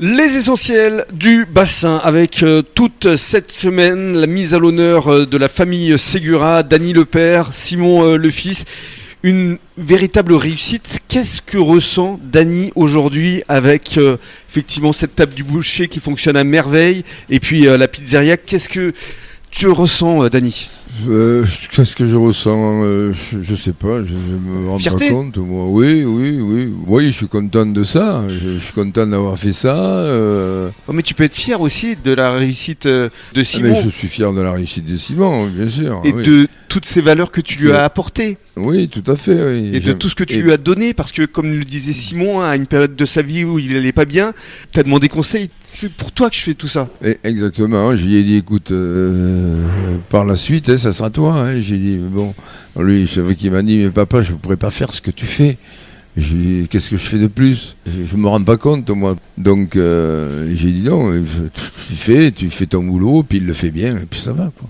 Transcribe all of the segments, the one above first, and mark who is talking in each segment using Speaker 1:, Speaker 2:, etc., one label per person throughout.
Speaker 1: Les essentiels du bassin avec euh, toute cette semaine la mise à l'honneur euh, de la famille Ségura, Dany le père, Simon euh, le fils. Une véritable réussite. Qu'est-ce que ressent Dany aujourd'hui avec euh, effectivement cette table du boucher qui fonctionne à merveille et puis euh, la pizzeria Qu'est-ce que tu ressens, euh, Dany
Speaker 2: Euh, Qu'est-ce que je ressens Euh, je, je sais pas, je, je me rends
Speaker 1: Fierté
Speaker 2: pas compte. Moi. Oui, oui, oui. Oui, je suis content de ça. Je, je suis content d'avoir fait ça. euh.
Speaker 1: Oh, Mais tu peux être fier aussi de la réussite euh, de
Speaker 2: Ah, mais
Speaker 1: Simon
Speaker 2: je suis fier de la réussite de Simon, bien sûr.
Speaker 1: et
Speaker 2: oui.
Speaker 1: de toutes ces valeurs que tu lui
Speaker 2: Oui.
Speaker 1: as apportées.
Speaker 2: Oui, tout à fait. Oui.
Speaker 1: Et de
Speaker 2: J'aime-
Speaker 1: tout ce que tu
Speaker 2: et- Mm.
Speaker 1: lui as donné, parce que comme le disait Simon, hein, à une période de sa vie où il allait pas bien, t'as demandé conseil. C'est pour toi que je fais tout ça.
Speaker 2: et- Eh, exactement. hein. Je lui ai dit, écoute, euh, par la suite, hein, ça sera toi. hein. J'ai dit, bon, lui, c'est vrai qu'il m'a dit, mais papa, je ne pourrais pas faire ce que tu fais. J'ai dit, qu'est-ce que je fais de plus Je ne me rends pas compte, moi. Donc, euh, j'ai dit, non, euh, tu fais, tu fais ton boulot, puis il le fait bien, et puis ça va, quoi.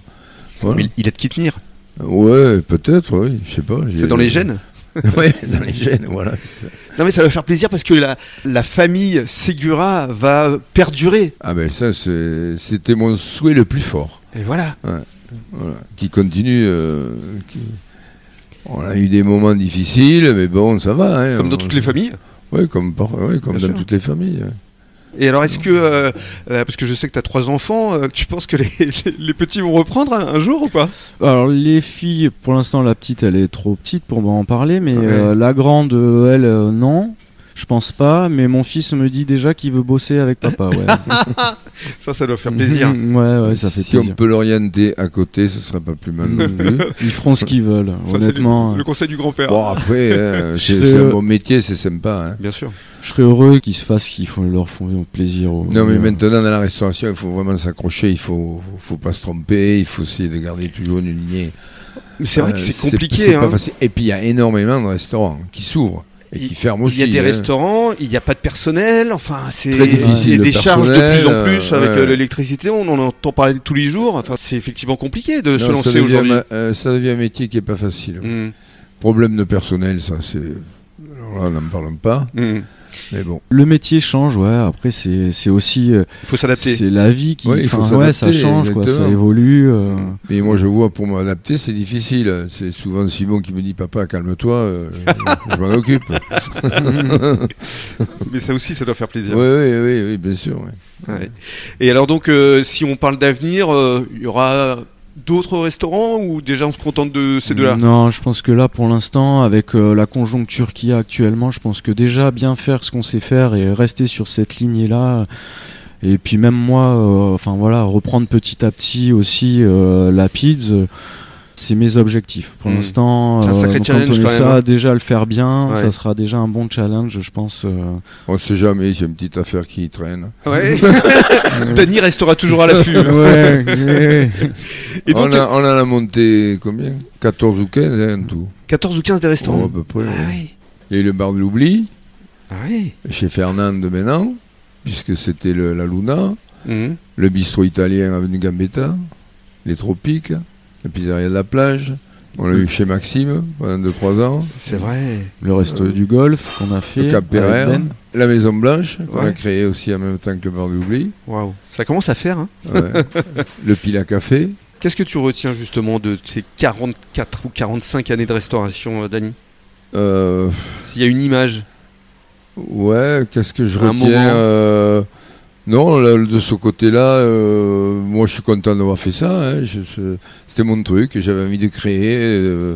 Speaker 2: Voilà.
Speaker 1: Mais il a de qui tenir.
Speaker 2: Ouais, peut-être, oui, je sais pas.
Speaker 1: C'est
Speaker 2: j'ai-
Speaker 1: dans les gènes.
Speaker 2: Ouais, dans les gènes, voilà. c'est ça.
Speaker 1: Non mais ça va faire plaisir parce que la, la famille Segura va perdurer.
Speaker 2: Ah ben ça, c'est- c'était mon souhait le plus fort.
Speaker 1: Et voilà.
Speaker 2: Voilà, qui continue. euh, qui- On a eu des moments difficiles, mais bon, ça va. hein.
Speaker 1: Comme dans
Speaker 2: On-
Speaker 1: toutes les familles.
Speaker 2: Ouais, comme, par- ouais, comme
Speaker 1: Bien
Speaker 2: dans
Speaker 1: sûr.
Speaker 2: toutes les familles. hein.
Speaker 1: Et alors est-ce que, euh, euh, parce que je sais que t'as trois enfants, euh, tu penses que les, les- les petits vont reprendre un, un jour ou pas
Speaker 3: Alors les filles, pour l'instant la petite elle est trop petite pour en parler,
Speaker 2: Ah
Speaker 3: mais
Speaker 1: Ouais.
Speaker 3: euh, la grande euh, elle euh, non, je pense pas, mais mon fils me dit déjà qu'il veut bosser avec papa. Ouais.
Speaker 1: Ça, ça doit faire
Speaker 2: Mm-hmm.
Speaker 1: plaisir.
Speaker 3: ouais ouais ça fait
Speaker 2: si on
Speaker 3: plaisir.
Speaker 2: peut l'orienter à côté, ce serait pas plus mal non plus.
Speaker 3: Ils feront ce qu'ils veulent,
Speaker 1: Ça, c'est
Speaker 3: honnêtement.
Speaker 1: le, le conseil du grand-père.
Speaker 2: Bon, après, hein, c'est
Speaker 3: Je-
Speaker 2: c'est un bon métier, c'est sympa. hein.
Speaker 1: Bien sûr.
Speaker 3: Je serais heureux qu'ils se fassent ce qu'ils font, leur font plaisir. au-
Speaker 2: Non, mais
Speaker 3: euh,
Speaker 2: maintenant, dans la restauration, il faut vraiment s'accrocher, il faut, faut pas se tromper, il faut essayer de garder toujours une lignée.
Speaker 1: Mais c'est vrai
Speaker 2: Euh,
Speaker 1: que c'est compliqué.
Speaker 2: c'est pas
Speaker 1: hein.
Speaker 2: facile. Et puis, il y a énormément de restaurants qui s'ouvrent et
Speaker 1: Il-
Speaker 2: qui ferment aussi.
Speaker 1: Il y a des
Speaker 2: hein.
Speaker 1: restaurants, il n'y a pas de personnel, enfin c'est
Speaker 2: Très difficile,
Speaker 1: il y a
Speaker 2: le
Speaker 1: des charges de
Speaker 2: personnel,
Speaker 1: plus en plus
Speaker 2: euh,
Speaker 1: avec euh,
Speaker 2: ouais.
Speaker 1: l'électricité, on en entend parler tous les jours, enfin c'est effectivement compliqué de se
Speaker 2: Non, ça
Speaker 1: lancer
Speaker 2: devient
Speaker 1: aujourd'hui.
Speaker 2: ma- euh, ça devient un métier qui est pas facile.
Speaker 1: Mm,
Speaker 2: Problème de personnel, ça, c'est. Alors là, n'en parlons pas.
Speaker 1: mm.
Speaker 2: Mais bon.
Speaker 3: Le métier change, ouais. Après, c'est c'est aussi euh,
Speaker 1: Il faut s'adapter.
Speaker 3: c'est la vie qui,
Speaker 2: Ouais, il faut
Speaker 3: enfin, ouais, ça
Speaker 2: s'adapter,
Speaker 3: change, quoi, ça
Speaker 2: exactement. Mm.
Speaker 3: évolue. euh,
Speaker 2: Mais moi, je vois, pour m'adapter, c'est difficile. C'est souvent Simon qui me dit Papa, calme-toi, euh, je m'en occupe. Oui,
Speaker 1: Mais ça aussi, ça doit faire plaisir.
Speaker 2: oui, oui, oui, bien sûr. oui.
Speaker 1: Ouais. Et alors donc, euh, si on parle d'avenir, euh, il y aura d'autres restaurants ou déjà on se contente de ces deux-là
Speaker 3: Non, je pense que là, pour l'instant, avec euh, la conjoncture qu'il y a actuellement, je pense que déjà bien faire ce qu'on sait faire et rester sur cette lignée-là. Et puis même moi, euh, enfin voilà, reprendre petit à petit aussi euh, la pizza. euh, C'est mes objectifs. Pour
Speaker 1: Mm.
Speaker 3: l'instant,
Speaker 1: C'est un sacré
Speaker 3: donc,
Speaker 1: challenge,
Speaker 3: quand on
Speaker 1: quand
Speaker 3: est
Speaker 1: même,
Speaker 3: ça,
Speaker 1: hein.
Speaker 3: déjà le faire bien,
Speaker 1: Ouais.
Speaker 3: ça sera déjà un bon challenge, je pense. euh.
Speaker 2: On sait jamais, j'ai une petite affaire qui traîne.
Speaker 1: Ouais. Dany restera toujours à l'affût. hein.
Speaker 3: Ouais, ouais.
Speaker 1: Et donc,
Speaker 2: on, a, on en a monté combien 14 ou 15 hein, en tout.
Speaker 1: 14 ou 15 des restaurants.
Speaker 2: Oh, à peu près.
Speaker 1: Ah
Speaker 2: ouais.
Speaker 1: ouais.
Speaker 2: Et le bar de l'oubli,
Speaker 1: Ah ouais.
Speaker 2: chez Fernand de Ménan, puisque c'était le- la Luna.
Speaker 1: Mhm.
Speaker 2: le bistrot italien avenue Gambetta, les Tropiques, la pizzeria de la plage. On l'a eu chez Maxime pendant 2-3 ans,
Speaker 1: C'est vrai.
Speaker 3: Le resto du golf qu'on a fait.
Speaker 2: le Cap hein.
Speaker 3: avec
Speaker 2: Perret,
Speaker 3: Ben.
Speaker 2: la Maison Blanche, qu'on a
Speaker 1: Ouais.
Speaker 2: créée aussi en même temps que le Bar d'Oubli,
Speaker 1: Waouh. Ça commence à faire. hein.
Speaker 2: ouais. le Pila Café.
Speaker 1: Qu'est-ce que tu retiens justement de ces 44 ou 45 années de restauration, euh, Dany
Speaker 2: Euh,
Speaker 1: S'il y a une image.
Speaker 2: ouais, qu'est-ce que je
Speaker 1: Un moment.
Speaker 2: retiens euh, Non, là, de ce côté-là, euh, moi je suis content d'avoir fait ça. hein. Je- je- C'était mon truc, j'avais envie de créer. euh,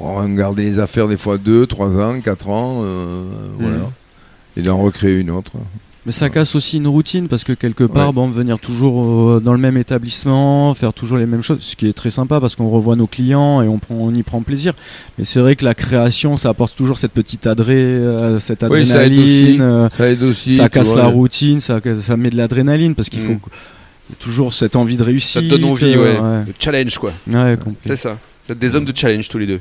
Speaker 2: on regardait les affaires des fois 2, 3 ans, 4 ans, euh, voilà. Et d'en recréer une autre.
Speaker 3: Mais ça casse aussi une routine parce que quelque part,
Speaker 2: Ouais.
Speaker 3: bon, venir toujours euh, dans le même établissement, faire toujours les mêmes choses, ce qui est très sympa parce qu'on revoit nos clients et on, prend, on y prend plaisir. Mais c'est vrai que la création, ça apporte toujours cette petite adré, euh, cette
Speaker 2: Oui, ça aide
Speaker 3: adrénaline,
Speaker 2: aussi.
Speaker 3: euh,
Speaker 2: Ça aide aussi.
Speaker 3: ça
Speaker 2: tu
Speaker 3: casse
Speaker 2: vois,
Speaker 3: la
Speaker 2: le-
Speaker 3: routine, ça, casse- ça met de l'adrénaline parce qu'il
Speaker 1: euh. Mm.
Speaker 3: faut que- il y a toujours cette envie de
Speaker 1: Ça
Speaker 3: réussite.
Speaker 1: te donne envie, ouais.
Speaker 3: euh,
Speaker 1: Le challenge, quoi.
Speaker 3: ouais. Ouais, complet.
Speaker 1: C'est ça. C'est des hommes de challenge tous les deux.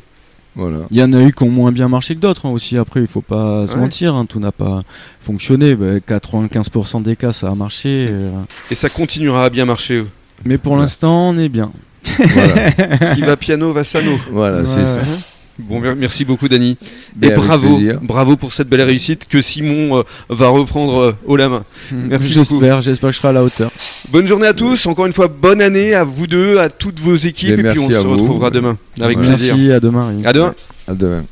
Speaker 2: Voilà.
Speaker 3: Il y en a eu qui ont moins bien marché que d'autres hein, aussi. Après, il faut pas se
Speaker 1: Ouais.
Speaker 3: mentir, hein, tout n'a pas fonctionné. Bah, 95% des cas, ça a marché. euh.
Speaker 1: Et ça continuera à bien marcher.
Speaker 3: Mais pour
Speaker 2: Ouais.
Speaker 3: l'instant, on est bien.
Speaker 2: voilà,
Speaker 1: Qui va piano va sano.
Speaker 2: Voilà, Euh, c'est
Speaker 3: Ouais,
Speaker 2: ça.
Speaker 3: ouais.
Speaker 1: Bon, mer- merci beaucoup, Dany.
Speaker 2: Ben,
Speaker 1: Et
Speaker 2: avec
Speaker 1: bravo,
Speaker 2: plaisir.
Speaker 1: bravo pour cette belle réussite que Simon euh, va reprendre euh, haut la main. Merci
Speaker 3: J'espère, j'espère que je serai à la hauteur.
Speaker 1: Bonne journée à tous. Encore une fois, bonne année à vous deux, à toutes vos équipes.
Speaker 2: Et
Speaker 1: Et, puis
Speaker 2: Ben, merci
Speaker 1: on
Speaker 2: à
Speaker 1: se
Speaker 2: vous.
Speaker 1: retrouvera demain. Avec
Speaker 2: Ouais.
Speaker 1: plaisir.
Speaker 3: Merci, à demain. Rémi.
Speaker 1: À demain.
Speaker 2: À demain.